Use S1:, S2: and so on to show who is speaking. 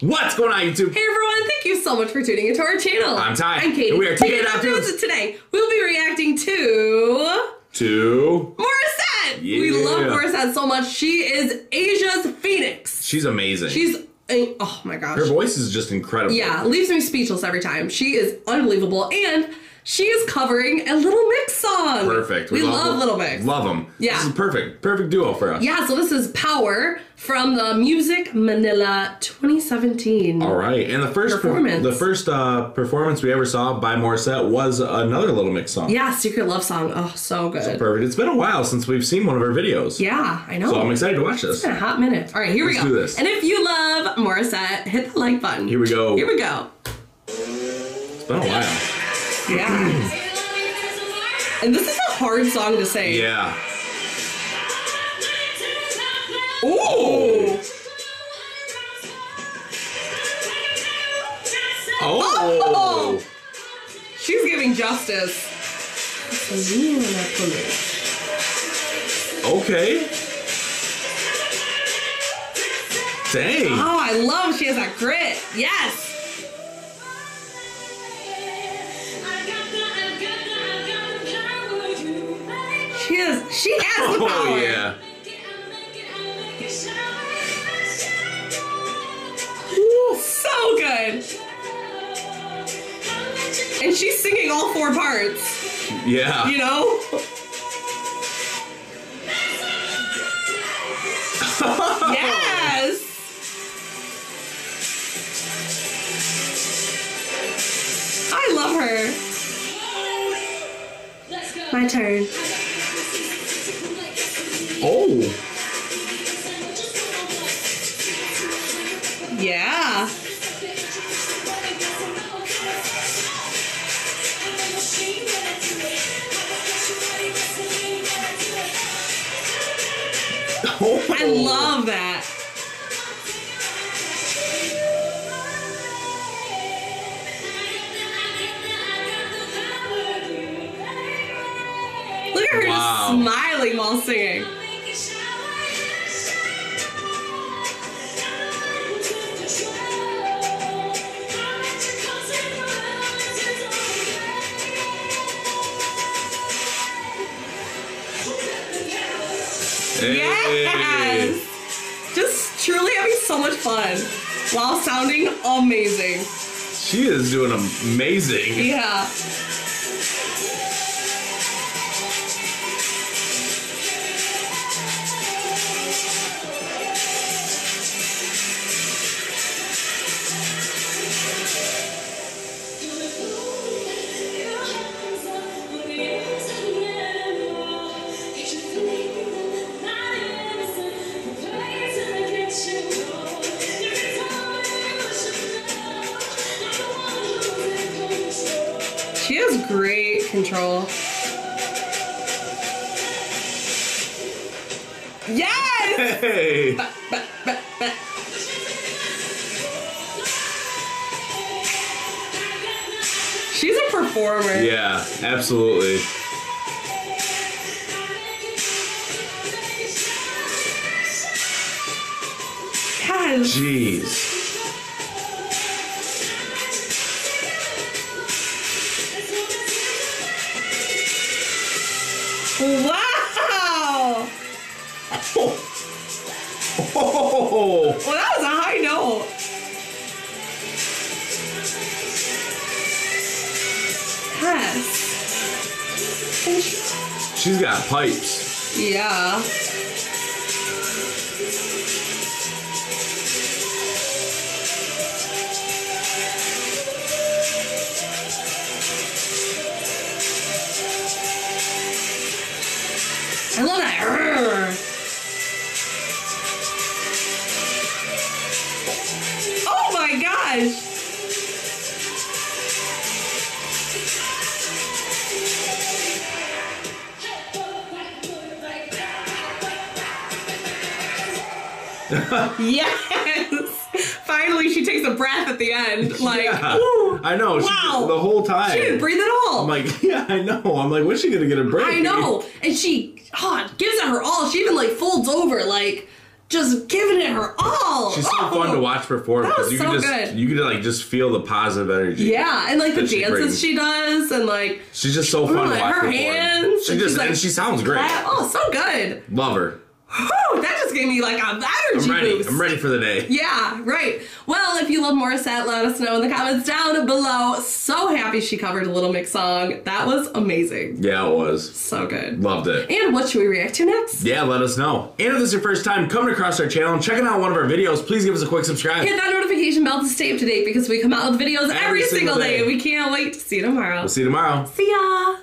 S1: What's going on, YouTube?
S2: Hey everyone, thank you so much for tuning into our channel.
S1: I'm Ty.
S2: I'm Katie.
S1: And we are
S2: Taking
S1: Two Gay
S2: It Out
S1: Dudes.
S2: Dudes, and Today, we'll be reacting to
S1: Two.
S2: Morissette. We
S1: Yeah.
S2: love Morissette so much. She is Asia's Phoenix.
S1: She's amazing.
S2: She's, a- oh my gosh.
S1: Her voice is just incredible.
S2: Yeah, leaves me speechless every time. She is unbelievable, and she is covering a Little Mix song.
S1: Perfect.
S2: We, love, Little Mix.
S1: Love them.
S2: Yeah.
S1: This is perfect. Perfect duo for us.
S2: yeah, so this is Power from the Music Manila 2017.
S1: All right. And the first
S2: Performance.
S1: the first uh, performance we ever saw by Morissette was another Little Mix song.
S2: Yeah, Secret Love Song. Oh, so good.
S1: Perfect. It's been a while since we've seen one of her videos.
S2: Yeah, I know.
S1: So I'm excited to watch this.
S2: It's been a hot minute. All right, here
S1: Let's
S2: we go.
S1: do this.
S2: And if you love Morissette, hit the like button.
S1: Here we go.
S2: Here we go.
S1: It's been a while.
S2: Yeah. and this is a hard song to sing.
S1: Yeah.
S2: Ooh.
S1: Oh.
S2: Oh. She's giving justice.
S1: Okay. Dang.
S2: Oh, I love she has that grit. Yes. She has she has the power.
S1: Oh yeah.
S2: Ooh, so good. And she's singing all four parts, you
S1: Yeah.
S2: know? yes. I love her. My turn.
S1: Oh.
S2: Yeah.
S1: Oh.
S2: I love that. Look at her
S1: Wow.
S2: just smiling while singing.
S1: Hey.
S2: Yes! Just truly having so much fun while sounding amazing.
S1: She is doing amazing.
S2: Yeah. She has great control. Yes!
S1: Hey.
S2: Ba- ba- ba- She's a performer.
S1: Yeah, absolutely.
S2: Yes.
S1: Jeez.
S2: Wow!
S1: Oh. Oh.
S2: Well, that was a high note. Yes.
S1: She's got pipes.
S2: Yeah. I love that. Urgh. Oh my gosh. Yes. Finally, she takes a breath at the end. Like,
S1: yeah.
S2: woo.
S1: I know. She,
S2: Wow.
S1: The whole time.
S2: She didn't breathe at all.
S1: I'm like, yeah, I know. I'm like, when's she gonna get a break?
S2: ah, I know. And she oh, gives it her all. She even like folds over, like just giving it her all. Oh.
S1: She's so fun to watch perform
S2: That
S1: because
S2: was
S1: you can just
S2: so good.
S1: you can like just feel the positive energy.
S2: Yeah, and like the
S1: That she
S2: dances
S1: brings.
S2: she does, and like
S1: She's just so fun
S2: Ooh,
S1: to
S2: like,
S1: watch
S2: her
S1: perform.
S2: hands,
S1: She just
S2: and she's, like,
S1: and she sounds great.
S2: wow, oh, so good.
S1: Love her.
S2: Whew, that just gave me like an
S1: I'm
S2: energy
S1: ready.
S2: boost.
S1: I'm ready for the day.
S2: Yeah, right. Well, if you love Morissette, let us know in the comments down below. So happy she covered Little Mix song. That was amazing.
S1: Yeah, it was.
S2: So good.
S1: Loved it.
S2: And what should we react to next?
S1: Yeah, let us know. And if this is your first time coming across our channel and checking out one of our videos, please give us a quick subscribe.
S2: Hit that notification bell to stay up to date because we come out with videos every, single day. We can't wait to see you tomorrow.
S1: We'll see you tomorrow.
S2: see ya.